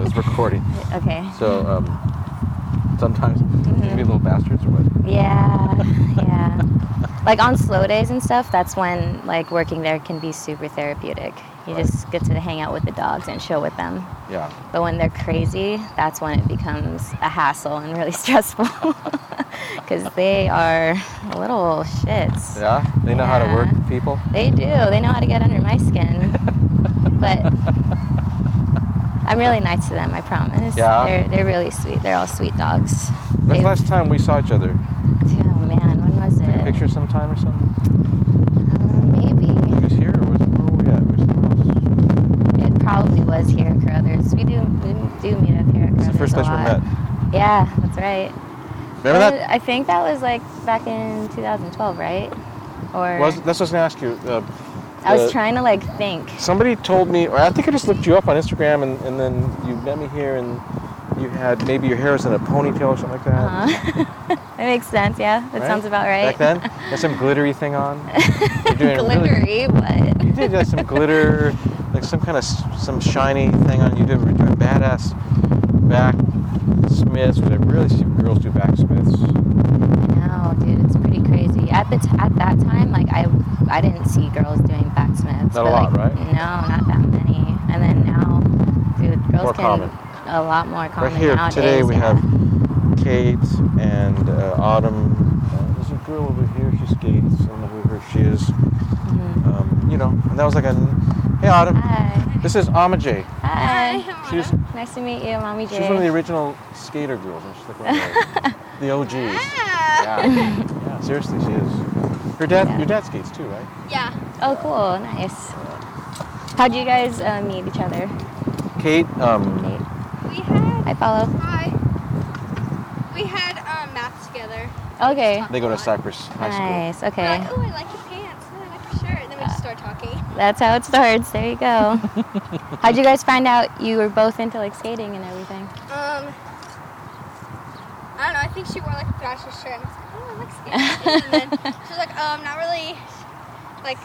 is recording. Okay. So um, sometimes we can be little bastards or what? Yeah, yeah. like on slow days and stuff, that's when like working there can be super therapeutic. You Right. just get to hang out with the dogs and chill with them. Yeah. But when they're crazy, that's when it becomes a hassle and really stressful. Because they are little shits. Yeah. They know how to work Yeah. with people. They do. They know how to get under my skin. but I'm really nice to them, I promise. Yeah. They're, they're really sweet. They're all sweet dogs. When's They- the last time we saw each other? Oh man, when was Take a it? picture sometime or something? Um, maybe. It was here or was where were we at? Was it It probably was here at Carruthers. We do we do meet up here at it's Carruthers the first a place we lot. met. Yeah, that's right. Remember that? I think that was like back in 2012, right? Or Was, that's what I was gonna ask you. Uh, I was uh, trying to like think. Somebody told me, or I think I just looked you up on Instagram, and, and then you met me here, and you had maybe your hair was in a ponytail or something like that. Uh-huh. that makes sense. Yeah, that Right? sounds about Back right. then, had some glittery thing on. You're doing really- Glittery, You what? did have some glitter, like some kind of s- some shiny thing on. You did were doing badass back smiths, which I really see girls do back smiths. Oh No, dude, it's pretty crazy. At the t- at that time, like I I didn't see girls doing backsmiths. Not a but, lot, like, right? No, not that many. And then now, dude, girls More can common. a lot more common Right here nowadays. today, we yeah. have Kate and uh, Autumn. Uh, there's a girl over here. She skates. I don't know who her she is. Mhm. Um, you know, and that was like a hey Autumn. Hi. This is Ama J. Hi. She's Nice to meet you, Mommy J. she's one of the original skater girls. and she's like one of the- the OGs. Ah. Yeah. yeah, seriously, she is. Your dad, Yeah. your dad skates too, right? Yeah. Oh, cool. Nice. How'd you guys uh, meet each other? Kate, um, Nate? We had I follow. hi. We had um, math together. Okay. they go to Cypress High School. Nice. We're Okay. like, oh, I like your pants. Oh, I like your shirt. And then we just start talking. That's how it starts. There you go. How'd you guys find out you were both into like skating and everything? Um, I don't know. I think she wore like a thrasher shirt. And I was like, oh, I like skating. and then she was like, um, not really. Like,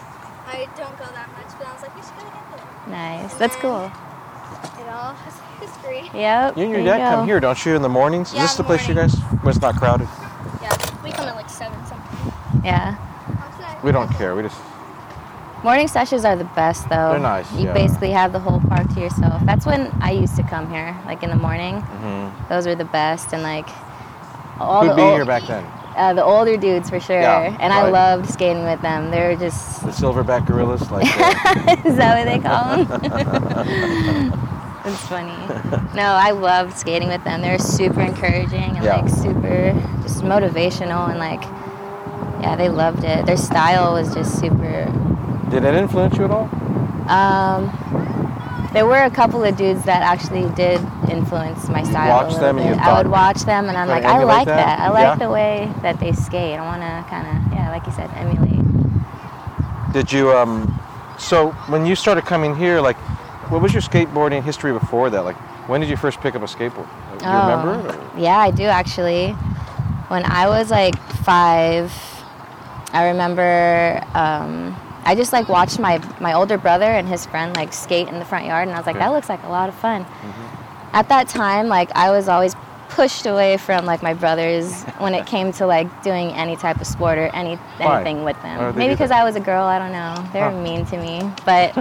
I don't go that much. But I was like, we should go together. Nice. That's cool. It all has history. Yep. You and there your dad go. come here, don't you, in the mornings? Yeah, is this the in the place you guys? Where it's not crowded. Yeah. We come at like seven something. Yeah. We don't care. We just Morning sessions are the best though. They're nice, You yeah. basically have the whole park to yourself. That's when I used to come here, like in the morning. mhm. Those were the best and like Mm-hmm. all who'd the be ol- here back then? uh, the older dudes for sure. Yeah, and I right. loved skating with them. They were just The silverback gorillas, like. uh, Is that what they call them? It's funny. No, I loved skating with them. They're super encouraging and Yeah. like super just motivational and like yeah, they loved it. Their style was just super did it influence you at all? um there were a couple of dudes that actually did influence my style. a watched little them and bit. you I would thought, watch them and I'm "Gotta like, I emulate like that?" that. I like Yeah. the way that they skate. I want to kind of, yeah, like you said, emulate. Did you um? So when you started coming here, like, what was your skateboarding history before that? Like, when did you first pick up a skateboard? Do Oh. you remember? it, or- Yeah, I do actually. When I was like five, I remember um, I just like watched my my older brother and his friend like skate in the front yard, and I was like, Okay. Mm-hmm. that looks like a lot of fun. At that time, like I was always pushed away from like my brothers when it came to like doing any type of sport or any Why? anything with Why would them. they do Maybe that? because I was a girl, I don't know. They were Huh. mean to me, but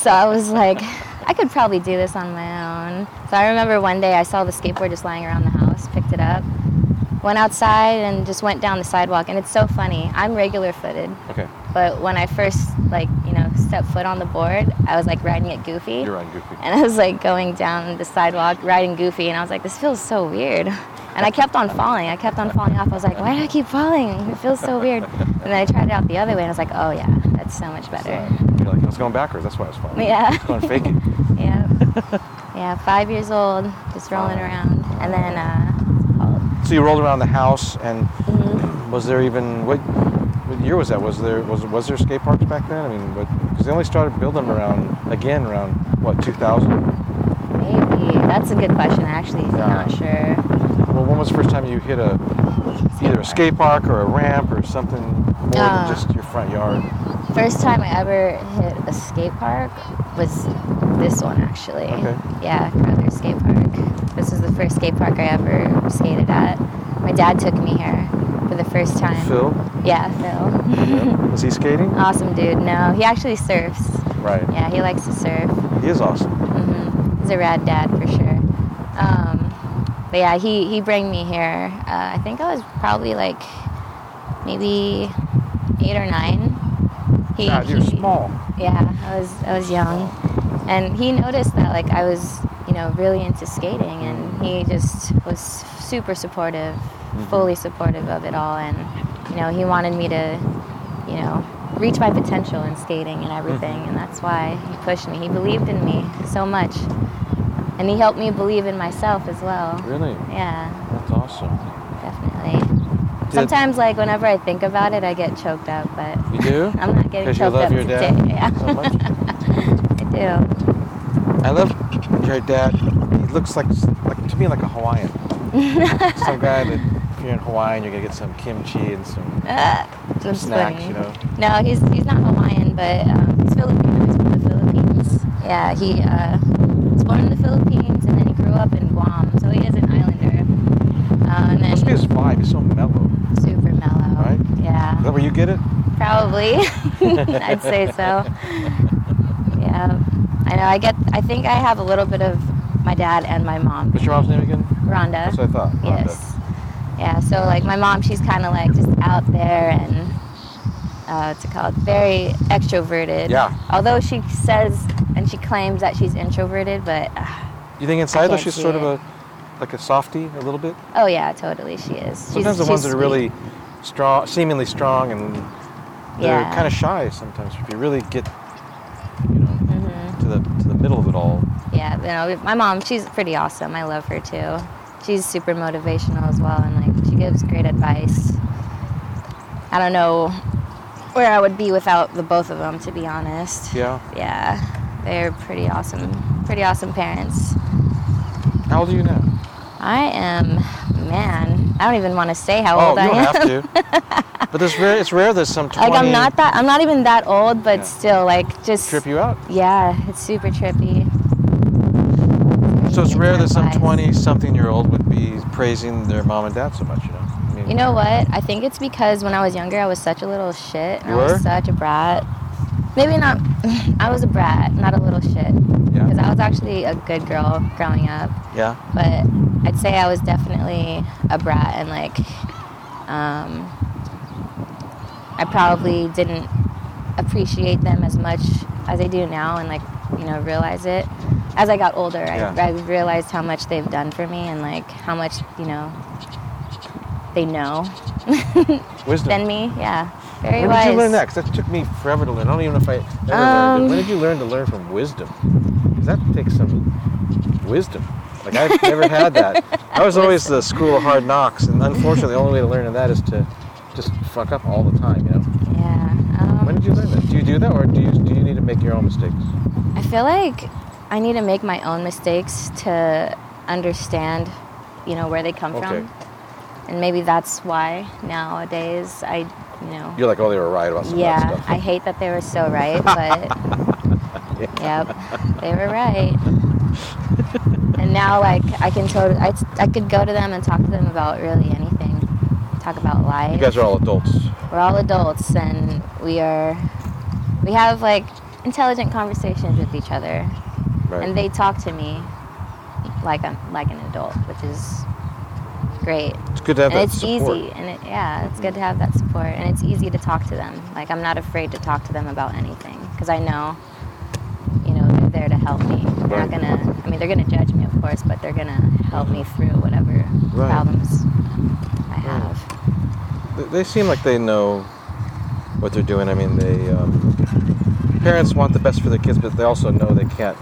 so I was like, I could probably do this on my own. So I remember one day I saw the skateboard just lying around the house, picked it up, went outside and just went down the sidewalk. And it's so funny. I'm regular footed, Okay, but when I first like you know stepped foot on the board, I was like riding it goofy. you're on Goofy. And I was like going down the sidewalk, riding goofy, and I was like, this feels so weird. And I kept on falling. I kept on falling off. I was like, why do I keep falling? It feels so weird. And then I tried it out the other way, and I was like, oh yeah, that's so much So, better. you're like, I was going backwards. That's why I was falling. Yeah. I was going fake it. Yeah. Yeah, five years old, just rolling around. And then, uh, what's it called? So you rolled around the house, and Mhm. was there even what? What year was that? Was there was was there skate parks back then? I mean, because they only started building them around again around what 2000. maybe. That's a good question. I actually am Yeah. not sure. Well, when was the first time you hit a either a skate park or a ramp or something more Ah. than just your front yard? First time I ever hit a skate park was this one, actually. Okay. Yeah, Carruthers skate park. This was the first skate park I ever skated at. My dad took me here for the first time. Phil? Yeah, Phil. Yeah. Is he skating? awesome dude. No, he actually surfs. Right. Yeah, he likes to surf. He is awesome. hmm He's a rad dad for sure. Um, but yeah, he he bring me here. Uh, I think I was probably like maybe eight or nine. He, God, you're he- small. Yeah, I was I was young, and he noticed that like I was you know really into skating, Mm-hmm. and he just was super supportive, Mm-hmm. fully supportive of it all, and you know he wanted me to you know reach my potential in skating and everything, Mm-hmm. and that's why he pushed me. He believed in me so much, and he helped me believe in myself as well. Really? Yeah, That's awesome. definitely. Did- Sometimes, like whenever I think about it, I get choked up, but You do? I'm not getting 'Cause choked you love up your today. dad Yeah. so much? I do. I love your dad. He looks like, like to me, like a Hawaiian. some guy that if you're in Hawaii, and you're gonna get some kimchi and some Uh, that's snacks, funny. you know. No, he's he's not Hawaiian, but um, he's Filipino. He's from the Philippines. Yeah, he uh, was born in the Philippines and then he grew up in Guam, so he is an islander. Uh, and then Must be his vibe. He's so mellow. super mellow. Right? Is Yeah, that where you get it? probably. I'd say so. Yeah, I know. I get. I think I have a little bit of my dad and my mom. What's your mom's name again? Rhonda. That's what I thought. Rhonda. Yes. Yeah. So like my mom, she's kind of like just out there and uh, what's it called? Very extroverted. Yeah. Although she says and she claims that she's introverted, but uh, You think inside though can't she's see sort of it. a like a softie a little bit? oh yeah, totally she is. She's- Sometimes the ones she's that are sweet. really strong, seemingly strong, and they're Yeah. kind of shy sometimes. If you really get, you know, Mm-hmm. to the to the middle of it all, Yeah. You know, my mom, she's pretty awesome. I love her too. She's super motivational as well, and like she gives great advice. I don't know where I would be without the both of them, to be honest. yeah. Yeah, they're pretty awesome. Pretty awesome parents. How old are you now? I am, man. I don't even want to say how old oh, you I don't am. have to. But there's rare. It's rare. There's some twenty. like I'm not that. I'm not even that old, but Yeah. still, like just. trip you out. Yeah, it's super trippy. So it's It rare that some flies. twenty-something-year-old would be praising their mom and dad so much. You know. I mean, You know what? I think it's because when I was younger, I was such a little shit. And You I were? was such a brat. Maybe not. I was a brat, not a little shit. Because Yeah. I was actually a good girl growing up. Yeah. but I'd say I was definitely a brat and like um, I probably didn't appreciate them as much as I do now and like you know realize it as I got older Yeah. I, I realized how much they've done for me and like how much you know they know Wisdom. than me yeah very When wise did you learn that? 'Cause that took me forever to learn. I don't even know if I ever learned it. Um, When did you learn to learn from wisdom? 'Cause that takes some wisdom. Like I've never had that. I was always the school of hard knocks, and unfortunately, the only way to learn that is to just fuck up all the time. You know. Uh-huh. yeah um, When did you learn that? Do you do that, or do you do you need to make your own mistakes? I feel like I need to make my own mistakes to understand, you know, where they come Okay. from. And maybe that's why nowadays I, you know, You're like, oh, they were right about some of that yeah, stuff. I hate that they were so right, but yep, they were right. and now, like, I can totally, I, I could go to them and talk to them about really anything. Talk about life You guys are all adults. we're all adults and we are we have like intelligent conversations with each other Right. and they talk to me like I'm like an adult which is great it's good to have and that it's support. easy and it, yeah it's good to have that support and it's easy to talk to them like i'm not afraid to talk to them about anything because i know you know they're there to help me they're Right. not gonna i mean they're gonna judge me of course but they're gonna help me through whatever Right. problems i have Th- They seem like they know what they're doing. I mean, they um, parents want the best for their kids, but they also know they can't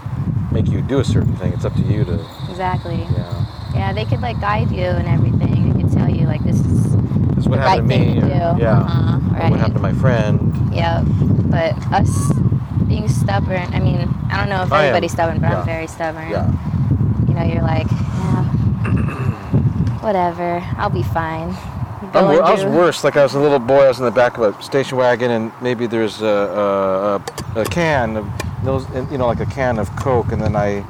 make you do a certain thing. It's up to you to. exactly Yeah, Yeah, they could like guide you and everything. They could tell you like this is this is what happened The right to me. thing to or- do. Yeah, Uh-huh, or right. what happened to my friend? yeah. But us being stubborn, I mean, I don't know if I am. everybody's stubborn, but Yeah. I'm very stubborn. Yeah, You know, you're like, yeah, whatever, I'll be fine. I'm, Go and wor- I was do- worse. Like I was a little boy. I was in the back of a station wagon, and maybe there's a, a, a, a can of those, and, you know, like a can of Coke, and then I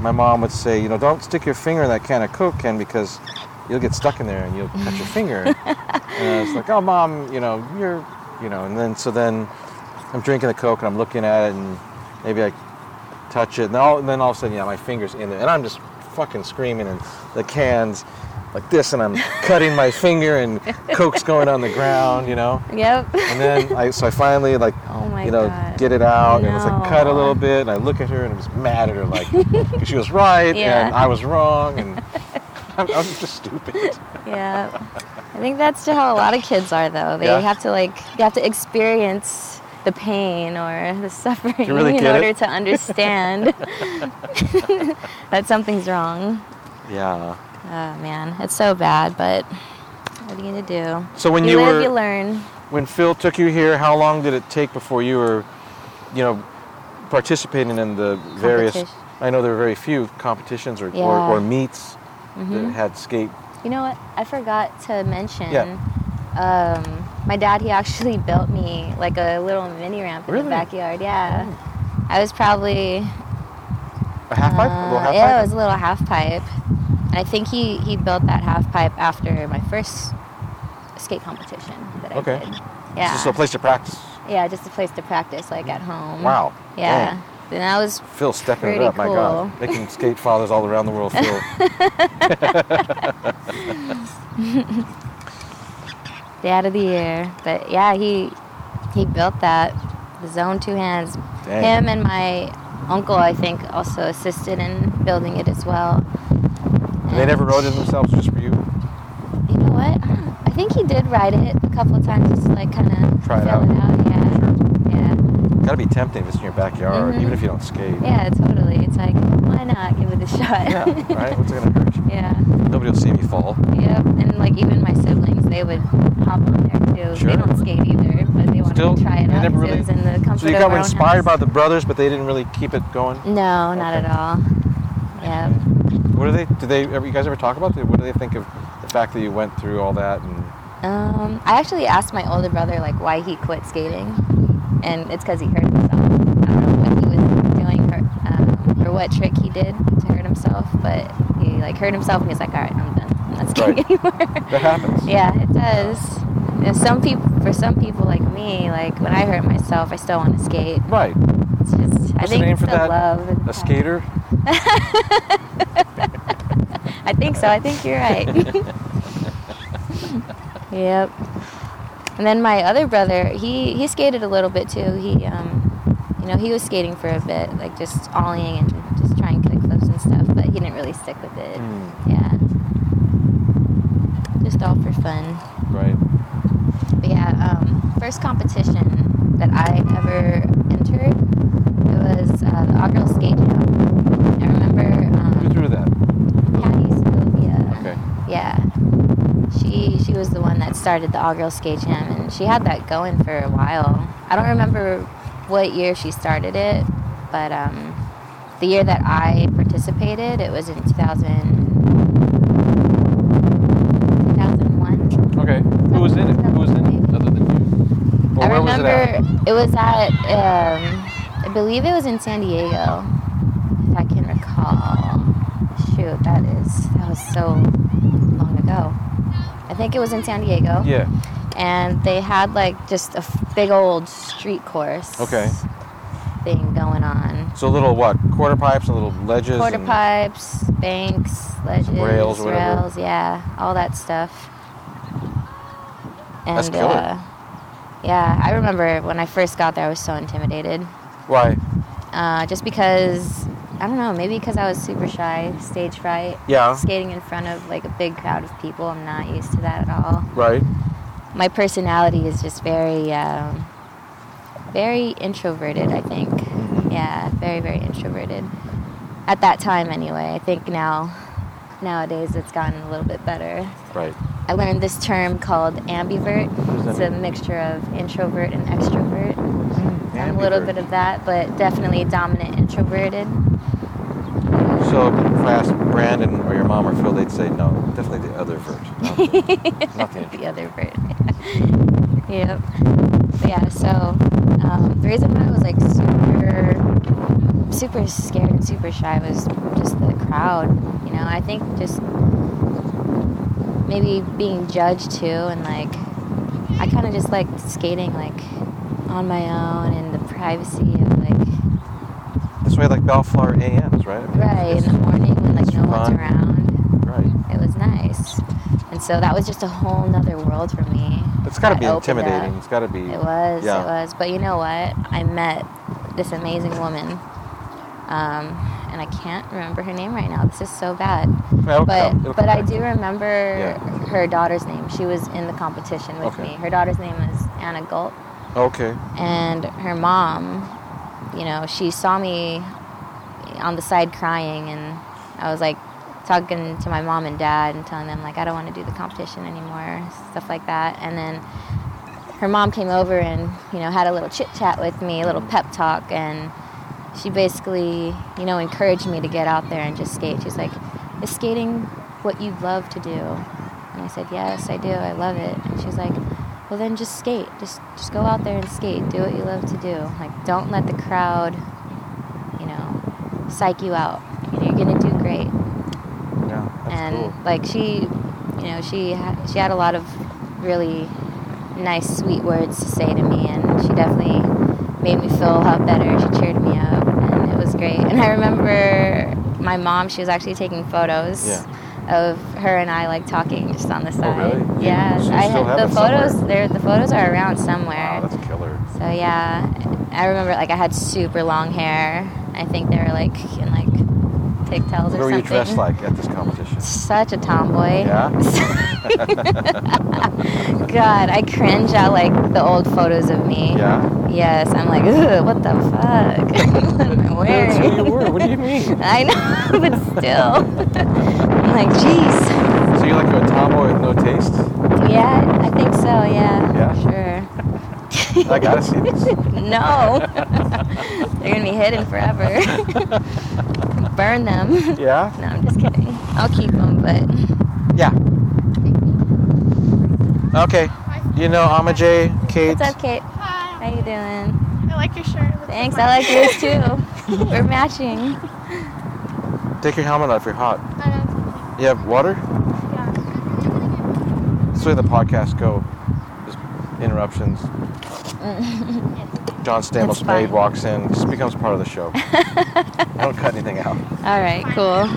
my mom would say, you know, don't stick your finger in that can of Coke can because you'll get stuck in there and you'll cut your finger. and I was like, oh, mom, you know, you're, you know, and then so then I'm drinking the Coke and I'm looking at it and maybe I touch it and, all, and then all of a sudden, yeah, my finger's in there and I'm just fucking screaming and the cans like this and I'm cutting my finger and Coke's going on the ground, you know. Yep. And then I, so I finally like, Oh my you know, God. get it out, and it's like cut a No. little bit. And I look at her and I'm just mad at her, like 'cause she was right Yeah. and I was wrong, and I'm, I'm just stupid. yeah. I think that's how a lot of kids are, though. They Yeah. have to like you have to experience the pain or the suffering You really in get it? order to understand that something's wrong. Yeah. Oh man, it's so bad, but what are you gonna do? So when you, you live, were- you learn. When Phil took you here, how long did it take before you were, you know, participating in the various? Competition. I know there were very few competitions or, Yeah. Mm-hmm. or, or meets that had skate. You know what? I forgot to mention. Yeah. Um, my dad, he actually built me like a little mini ramp in Really? the backyard. Yeah. I was probably A half pipe, a little Uh, half yeah, it pipe. was a little half pipe. And I think he, he built that half pipe after my first skate competition that I Okay. did. It's Yeah. just a place to practice. yeah, just a place to practice, like at home. Wow. Yeah. Dang. And that was Phil stepping it Pretty up, my God. cool. Making skate fathers all around the world feel. dad of the year. But yeah, he he built that. The zone two hands. Dang. Him and my uncle, I think, also assisted in building it as well. And They never wrote it themselves just for you. You know what? I think he did ride it a couple of times, just to, like kind of Try it fill out. it out. Yeah. Yeah. Gotta be tempting if it's in your backyard, Mhm. even if you don't skate. Yeah, totally. It's like, why not give it a shot? Yeah, right? What's it gonna hurt you? yeah. Nobody will see me fall. Yep. And like even my siblings, they would hop on there too. Sure. They don't skate either, but they wanted Still, to try it they out. never really- because It was in the comfort So you of got our own inspired by house. the brothers, but they didn't really keep it going. No, not Okay. at all. Yeah. What do they? Do they? Ever, you guys ever talk about? It? What do they think of the fact that you went through all that? And Um, I actually asked my older brother like why he quit skating, and it's because he hurt himself. I don't know what he was doing or, um, or what trick he did to hurt himself, but he like hurt himself and he's like, all right, I'm done. I'm not skating Right. anymore. that happens. Yeah, it does. And some people, for some people like me, like when I hurt myself, I still want to skate. Right. It's just, I What's the think name it's for the that? love. and A passion. skater. I think so. I think you're right. yep. And then my other brother, he he skated a little bit too. He um, you know, he was skating for a bit, like just ollieing and just trying kickflips and stuff, but he didn't really stick with it. Mm, Yeah. Just all for fun. right. But yeah, um, first competition that I ever entered, it was uh, the All Girl Skate Jam. I remember Who um, threw that? Patty Sylvia. Okay. uh, Yeah. She she was the one that started the All Girl Skate Jam, and she had that going for a while. I don't remember what year she started it, but um, the year that I participated, it was in 2000, 2001. Okay. Who was in it? Who was in it? Other than you. Or I where was it remember at? it was at, um, I believe it was in San Diego, if I can recall. Shoot, that is, that was so long ago. I think it was in San Diego. Yeah. And they had like just a f- big old street course Okay. thing going on. So little what? Quarter pipes, and little ledges. Quarter and- pipes, banks, ledges, rails or whatever. rails, yeah, all that stuff. And That's killer. Uh, yeah, I remember when I first got there, I was so intimidated. Why? uh, just because I don't know, maybe because I was super shy, stage fright. Yeah. Skating in front of like a big crowd of people, I'm not used to that at all. Right. My personality is just very, um, very introverted. I think. Mm-hmm. Yeah, very very introverted. At that time, anyway. I think now, nowadays, it's gotten a little bit better. Right. I learned this term called ambivert. does that It's a mean? mixture of introvert and extrovert. I'm a little Ambivert. bit of that, but definitely dominant introverted. So if I asked Brandon or your mom or Phil, they'd say no, definitely the other vert. not the- not the the other bird. yep. But yeah, so um, the reason why I was like super super scared and super shy was just the crowd. You know, I think just maybe being judged too, and like I kind of just liked skating like on my own and the privacy of like That's why I like Bellflower AMs, right? I mean, right in it's- the morning when like it's no one's fun. around. Right. It was nice, and so that was just a whole nother world for me. It's got to that be opened up. intimidating. It's got to be. It was, Yeah. it was. But you know what? I met this amazing woman, um, and I can't remember her name right now. This is so bad. Well, it'll but come- it'll but come I back. do remember Yeah. her daughter's name. She was in the competition with Okay. me. Her daughter's name is Anna Gult, Okay. and her mom, you know, she saw me on the side crying, and I was like talking to my mom and dad and telling them like I don't want to do the competition anymore, stuff like that, and then her mom came over and you know had a little chit chat with me, a little pep talk, and she basically you know encouraged me to get out there and just skate. She's like, "Is skating what you love to do?" And I said, "Yes, I do. I love it." And she's like, "Well, then just skate. Just just go out there and skate. Do what you love to do. Like don't let the crowd, you know, psych you out. You know, you're gonna do great." Yeah. That's and cool. like she you know she ha- she had a lot of really nice sweet words to say to me and she definitely made me feel a lot better she cheered me up and it was great and i remember my mom she was actually taking photos Yeah. Oh, of her and i like talking just on the side really? yeah So you i still have had the it somewhere? photos there the photos are around somewhere Wow, that's killer. so yeah, I remember like I had super long hair. I think they were like in like pigtails or What were something. you dressed like at this competition? Such a tomboy. Yeah? God, I cringe at like the old photos of me. Yeah. Yes, I'm like, Ugh, what the fuck? what am I That's wearing? who you were. What do you mean? I know, but still, I'm like, jeez. So you're like a tomboy with no taste? Yeah, I think so. Yeah. Yeah? Sure. I gotta see this. no. They're gonna be hidden forever. Burn them. Yeah? No, I'm just kidding. I'll keep them, but Yeah. Okay. You know, Amajay, Kate. what's up, Kate? Hi. How you doing? I like your shirt. It looks Thanks. mine. I like yours too. We're matching. Take your helmet off. You're hot. I know. You have water? Yeah. That's where the podcast go. Just interruptions. John Stamos It's maid fine. walks in. Just becomes part of the show. I don't cut anything out. All right, cool.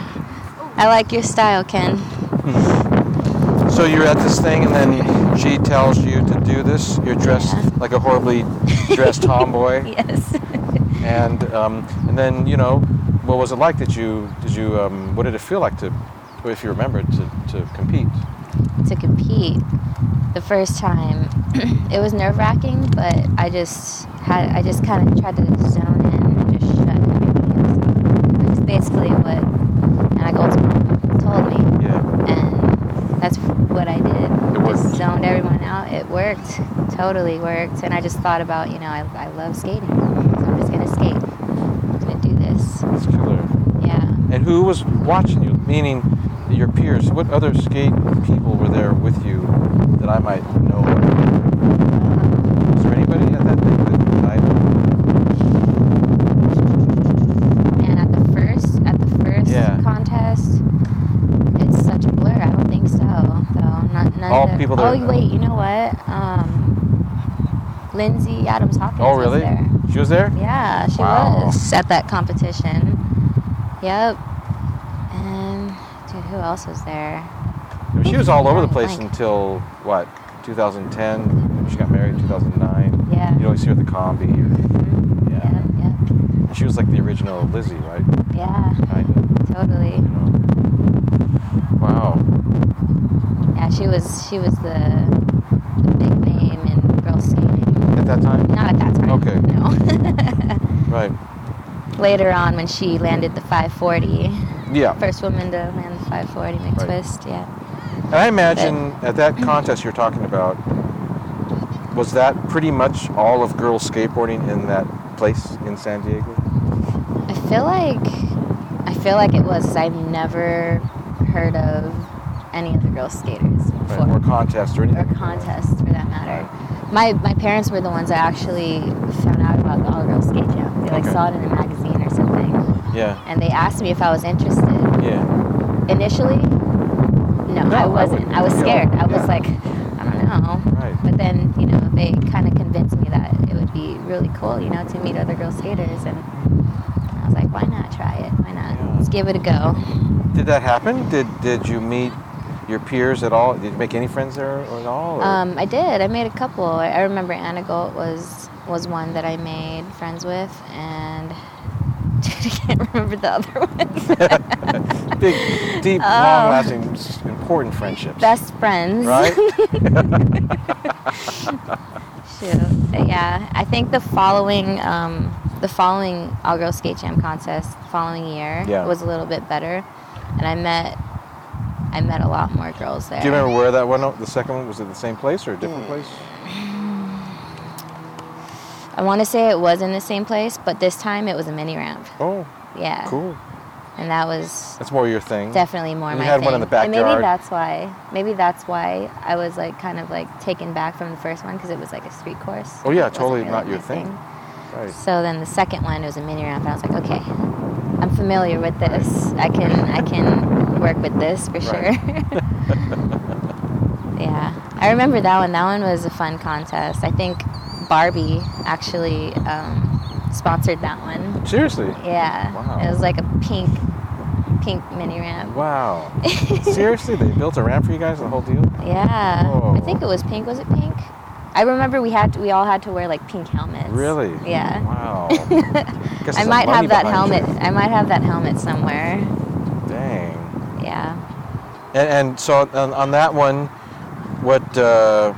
I like your style, Ken. Hmm. So you're at this thing, and then she tells you to do this. You're dressed Yeah. like a horribly dressed tomboy, Yes. and um, and then you know, what was it like? Did you did you um, what did it feel like to, or if you remember, to, to compete? to compete the first time, it was nerve wracking, but I just had I just kind of tried to zone in and just shut everything else. It's basically what Anna Gold's mom told me. Yeah. and that's what I It did. worked. Just zoned everyone out. It worked, totally worked. And I just thought about, you know, I, I love skating. So I'm just gonna skate. I'm gonna do this. That's killer. Yeah. And who was watching you? Meaning your peers. What other skate people were there with you that I might know? Of? Was there anybody at that thing that I And at the first, at the first Yeah. contest, it's such a blur. I don't think so. Though not none All of the, people that Oh are- wait, you know what? Um, Lindsay Adams Hawkins Oh, was really? there. She was there? Yeah, she Wow. was at that competition. Yep. And dude, who else was there? I mean, she was all over the place Blank. until what? 2010. She got married in 2009. Yeah. You always see her at the combi. Or, yeah. Yep, yep. She was like the original Lizzie, right? Yeah, Kind of. totally. You know. Wow. Yeah, she was she was the, the big name in girl skating. At that time. Not at that time. Okay. No. Right. Later on, when she landed the 540, Yeah. first woman to land the 540 McTwist. twist. Yeah. And I imagine at that contest you're talking about, was that pretty much all of girls skateboarding in that place in San Diego? I feel like I feel like it was. 'cause I've never heard of any of the girl skaters Right, before. Or contest or or anything? contests for that matter. My my parents were the ones that actually found out about the all girl skate jam. They like Okay. saw it in a magazine or something. Yeah. and they asked me if I was interested. Yeah. Initially, no, No, I I wasn't. wouldn't. I was No, scared. I was yeah. like, I don't know. Right. But then, you know, they kind of convinced me that it would be really cool, you know, to meet other girl skaters. And I was like, why not try it? Why not? Yeah. Let's give it a go. Did that happen? Did Did you meet your peers at all? Did you make any friends there at all? or- Um, I did. I made a couple. I I remember Anna Gold was was one that I made friends with, and dude, I can't remember the other one. Big, deep, Oh. long-lasting, s- important friendships. Best friends, right. Shoot. But yeah, I think the following um, the following All Girls Skate Jam contest the following year Yeah. was a little bit better, and I met I met a lot more girls there. Do you remember where that one? The second one was it the same place or a Mm. different place? I want to say it was in the same place, but this time it was a mini ramp. Oh, Yeah, cool. and that was That's more your thing. definitely more You my had thing. one in the And maybe backyard. that's why. Maybe that's why I was like kind of like taken back from the first one because it was like a street course. Oh, yeah, It wasn't totally really not your my thing. Right. So then the second one was a mini ramp, and I was like, okay, I'm familiar with this. I can I can work with this for sure. Right. yeah, I remember that one. That one was a fun contest. I think Barbie actually um, sponsored that one. Seriously. Yeah, Wow. it was like a pink pink mini ramp. Wow. Seriously, they built a ramp for you guys, the whole deal. Yeah, I Whoa. think it was pink. Was it pink? I remember we had we all had to wear like pink helmets. Really? Yeah. Wow. Guess I there's might money have that behind you. helmet. I might have that helmet somewhere. Dang. Yeah. And, and so on, on that one, what? Uh,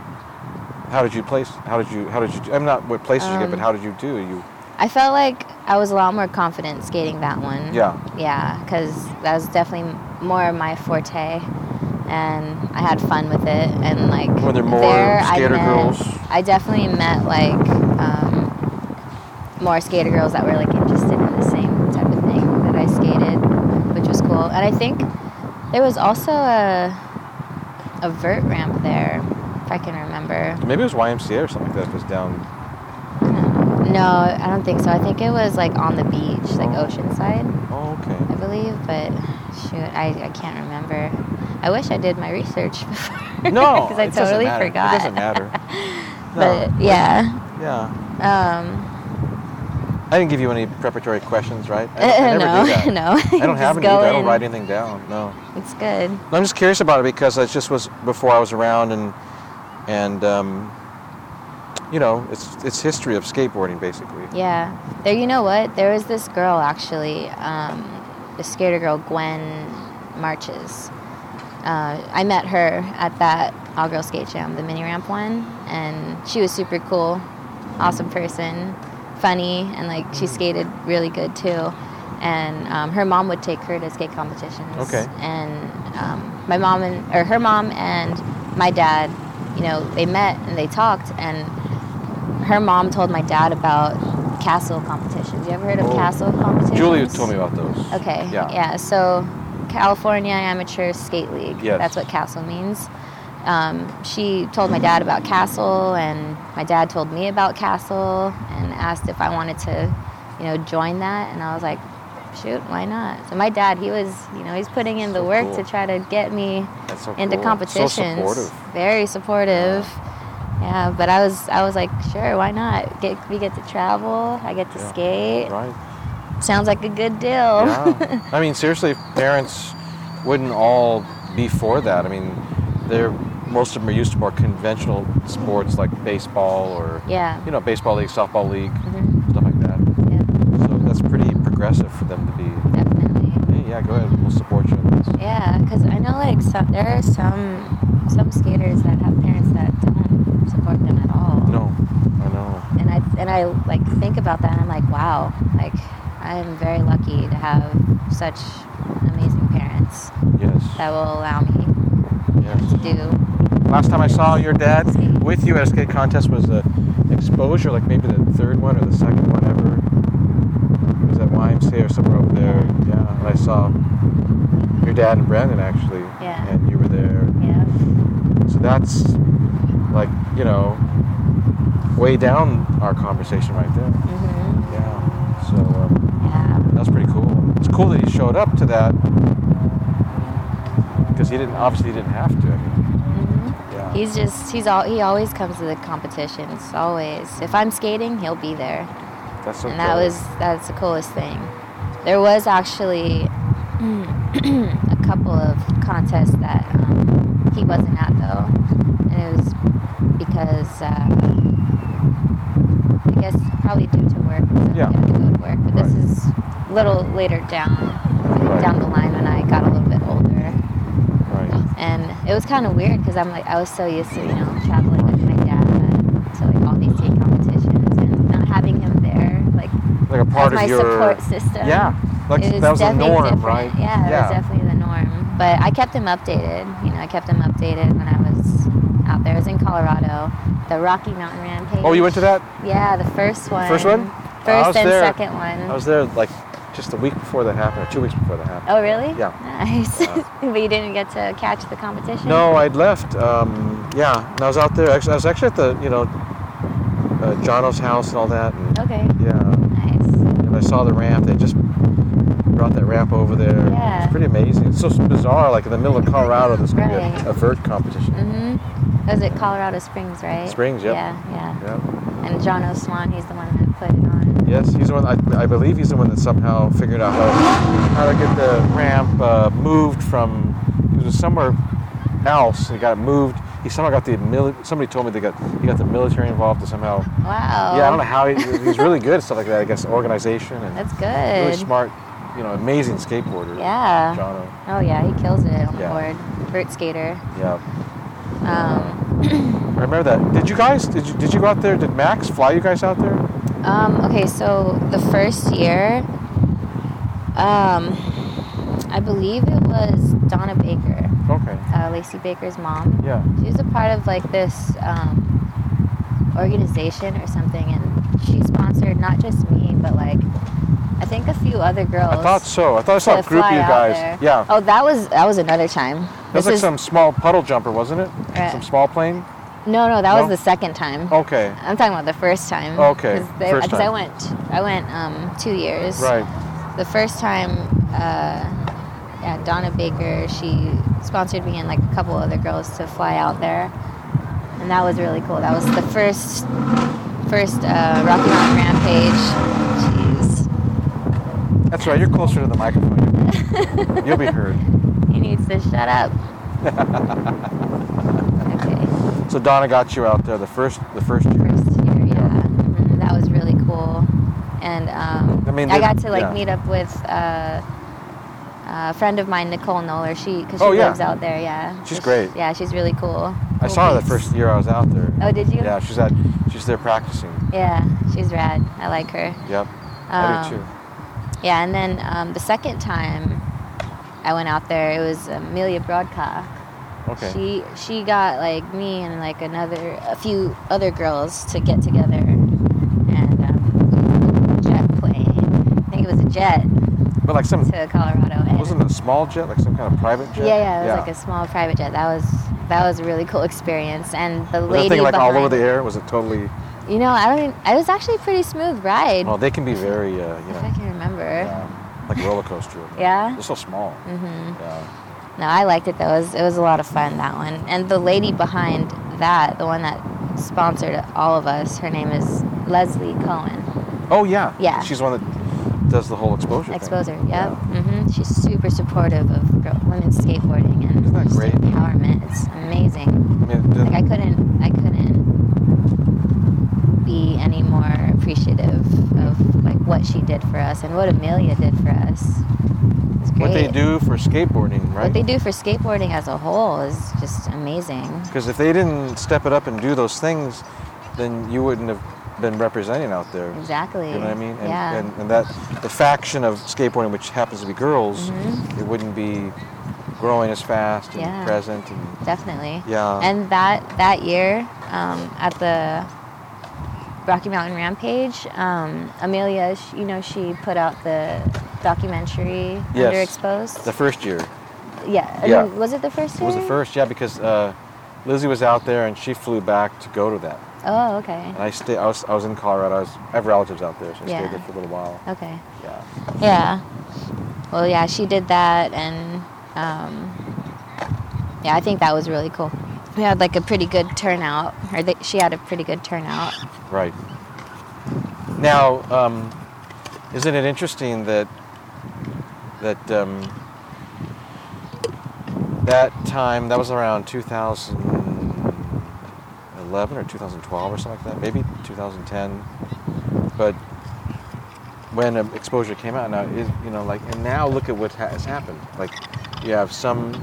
how did you place? How did you? How did you? do- I'm not what place did you get, Um, but how did you do? You. I felt like I was a lot more confident skating that one. Yeah. Yeah, because that was definitely more my forte, and I had fun with it. And like, Were there more skater I met, girls? I definitely met like um, more skater girls that were like interested in the same type of thing that I skated, which was cool. And I think there was also a a vert ramp there, if I can remember. Maybe it was YMCA or something like that. It was down. No, I don't think so. I think it was like on the beach, like Oh. Oceanside. Oh, I okay. believe, but shoot, I, I can't remember. I wish I did my research before. No, because I it doesn't totally matter. It forgot. doesn't matter. No. but yeah, Yeah. um, I didn't give you any preparatory questions, right? I, I no, never do that. no. I don't have Just any. go either. I don't in. write anything down. No. It's good. I'm just curious about it because it just was before I was around, and and um, you know, it's it's history of skateboarding basically. Yeah. There, you know what? There was this girl actually, um, the skater girl Gwen Marches. Uh, I met her at that all girl skate jam, the mini ramp one, and she was super cool, awesome person, funny, and like she skated really good too. And um, her mom would take her to skate competitions. Okay. And um, my mom and or her mom and my dad, you know, they met and they talked and her mom told my dad about castle competitions. You ever heard of Oh. castle competitions? Julie told me about those. Okay. Yeah. So, California Amateur Skate League. Yes. That's what castle means. Um, she told my dad about castle, and my dad told me about castle, and asked if I wanted to, you know, join that. And I was like, shoot, why not? So my dad, he was, you know, he's putting in the So work cool. to try to get me That's so into cool. competitions. So supportive. Very supportive. Yeah, but I was I was like, sure, why not? Get we get to travel. I get to Yeah. skate. Right. Sounds like a good deal. Yeah. I mean, seriously, if parents wouldn't all be for that. I mean, they're most of them are used to more conventional sports like baseball or Yeah. you know baseball league, softball league, Mhm. stuff like that. Yeah, So that's pretty progressive for them to be. definitely. Hey, yeah, go ahead. We'll support you. In this. Yeah, because I know like some, there are some some skaters that have parents that don't support them at all. No, I know. And I and I like think about that. and I'm like, wow, like I am very lucky to have such amazing parents Yes. that will allow me yes. to do Last time I saw your dad with you at a skate contest was the exposure, like maybe the third one or the second one ever. It was at YMCA or somewhere over there. Yeah, and I saw your dad and Brandon actually. Yeah. And you were there. Yeah. So that's like, you know, way down our conversation right there. hmm Yeah. So um, Yeah. that's pretty cool. it's cool that he showed up to that because he didn't obviously he didn't have to. I mean, yeah. He's just he's all he always comes to the competitions. Always. If I'm skating, he'll be there. that's so and that cool. was that's the coolest thing. There was actually a couple of contests that um, he wasn't at though, and it was because uh, I guess probably due to work. so Yeah. He had to go to work, but this Right. is a little later down Right. down the line when I got a little bit older right. and it was kind of weird because I'm like I was so used to you know traveling with my dad to like all these skate competitions and not having him there like Like a part as my of your support system. yeah. Like it was that was the definitely norm, different. right? Yeah, it was definitely the norm. But I kept him updated. You know, I kept him updated when I was out there. I was in Colorado, the Rocky Mountain Rampage. Oh, you went to that? Yeah, the first one. First one? I First was and there. second one. I was there like just a week before that happened, or two weeks before that happened. oh, really? Yeah. Nice. Yeah. but you didn't get to catch the competition. No, I'd left. Um, yeah, and I was out there. Actually, I was actually at the you know uh, Jono's house and all that. And, Okay. Yeah, Nice. and I saw the ramp. They just brought that ramp over there. Yeah. It's pretty amazing. It's so bizarre. Like in the middle of Colorado, there's gonna be Right. a, a vert competition. Mm-hmm. Was it Colorado Springs, right? Springs, yep. Yeah, yeah. Yeah. And John O. Swan, he's the one that put it on. Yes, he's the one. I, I believe he's the one that somehow figured out how, how to get the ramp uh, moved from it was somewhere else. He got it moved. He somehow got the mili- somebody told me they got he got the military involved to somehow. Wow. Yeah, I don't know how he, he was really good at stuff like that. I guess organization and That's really good. smart, you know, amazing skateboarder. Yeah. Jono. Oh yeah, he kills it on Yeah. the board. Vert skater. Yeah. Um, I remember that. Did you guys? Did you did you go out there? Did Max fly you guys out there? um, okay, so the first year, um, I believe it was Donna Baker, Okay. uh, Lacey Baker's mom. Yeah. She was a part of like this um, organization or something, and she sponsored not just me, but like I think a few other girls. I thought so. I thought I saw Oh, to a group of fly you out guys. there. Yeah. Oh, that was that was another time. That was like some small puddle jumper, wasn't it? Right. Some small plane. no, no, that No? was the second time. Okay. I'm talking about the first time. Okay, first Because I time. went, I went um, two years. Right. The first time, uh, yeah, Donna Baker, she sponsored me and like a couple other girls to fly out there, and that was really cool. That was the first, first uh, Rocky Mountain Rampage. Jeez, That's right. You're closer to the microphone. You'll be heard. he needs to shut up. okay. So Donna got you out there the first the first year. first year, yeah. Mhm, That was really cool. And um, Mm-hmm. I I, mean, got the- to like yeah. meet up with uh, a friend of mine, Nicole Noller. She because she Oh, yeah. lives out there. Yeah, She's So she- great. yeah, she's really cool. I Cool saw her the peeps. first year I was out there. Oh, did you? Yeah, she's at she's there practicing. Yeah, she's rad. I like her. Yep. I Oh, do too. Yeah, and then um, the second time I went out there, it was Amelia Broadcock. Okay. She she got like me and like another a few other girls to get together and um, jet plane. I think it was a jet but like some to Colorado. And Hmm. wasn't it a small jet, like some kind of private yeah, jet? yeah, it was like a small private jet. That was that was a really cool experience. And the was that lady thing like all behind, over the air? Was it totally? You know, I don't. Even, it was actually a pretty smooth ride. Well, they can be very, uh, you if I know, can remember. um, like a roller coaster. Yeah? They're so small. hmm Yeah. No, I liked it though. It was, it was a lot of fun that one. And the lady behind that, the one that sponsored all of us, her name is Leslie Cohen. Oh yeah. Yeah. She's the one that does the whole exposure. thing. Exposure. Yep. Yeah. hmm She's super supportive of girl, women's skateboarding and Isn't that just great? empowerment. It's amazing. I mean, Like I couldn't, I couldn't be any more appreciative of like what she did for us and what Amelia did for us. It's great. what they do for skateboarding, right? What they do for skateboarding as a whole is just amazing. Because if they didn't step it up and do those things, then you wouldn't have been representing out there. Exactly. You know what I mean? And, yeah. and, and that the faction of skateboarding, which happens to be girls, Mhm. it wouldn't be growing as fast and Yeah. present. And, definitely. yeah. And that that year um, at the Rocky Mountain Rampage, um, Amelia, sh you know, she put out the documentary Yes. Underexposed. the first year yeah. I yeah. mean, was it the first it year? was the first, yeah, because uh, Lizzie was out there and she flew back to go to that. Oh, okay. And I stayed. I was, I was in Colorado. I, was, I have relatives out there, so I Yeah. stayed there for a little while. Okay. Yeah. Yeah. Well, yeah, she did that, and um, yeah, I think that was really cool. We had like a pretty good turnout, or they, she had a pretty good turnout. Right. Now, um, isn't it interesting that that um, that time that was around 2011 or 2012 or something like that, maybe 2010. But when um, exposure came out, now is you know like, and now look at what ha- has happened. Like, you have some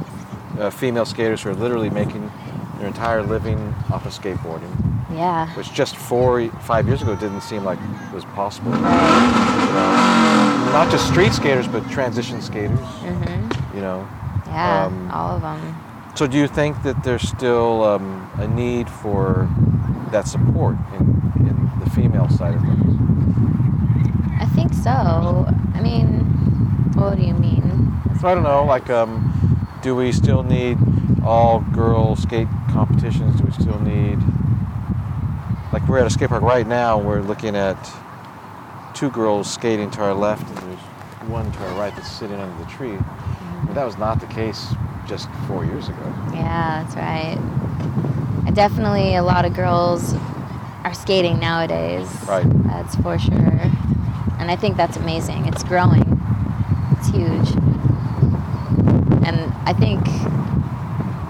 uh, female skaters who are literally making their entire living off of skateboarding Yeah, which just four, five years ago didn't seem like it was possible. You know, Not just street skaters, but transition skaters. You know. yeah, Um, all of them. So, do you think that there's still um, a need for that support in, in the female side of things? I think so. I mean, what do you mean? So I don't know. Like, um, do we still need all-girl skate competitions? Do we still need like we're at a skate park right now? We're looking at two girls skating to our left, and there's one to our right that's sitting under the tree. But that was not the case just four years ago. Yeah, that's right. And Definitely a lot of girls are skating nowadays. Right. That's for sure. And I think that's amazing. It's growing, it's huge. And I think,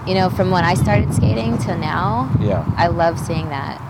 you know, from when I started skating till now, Yeah. I love seeing that.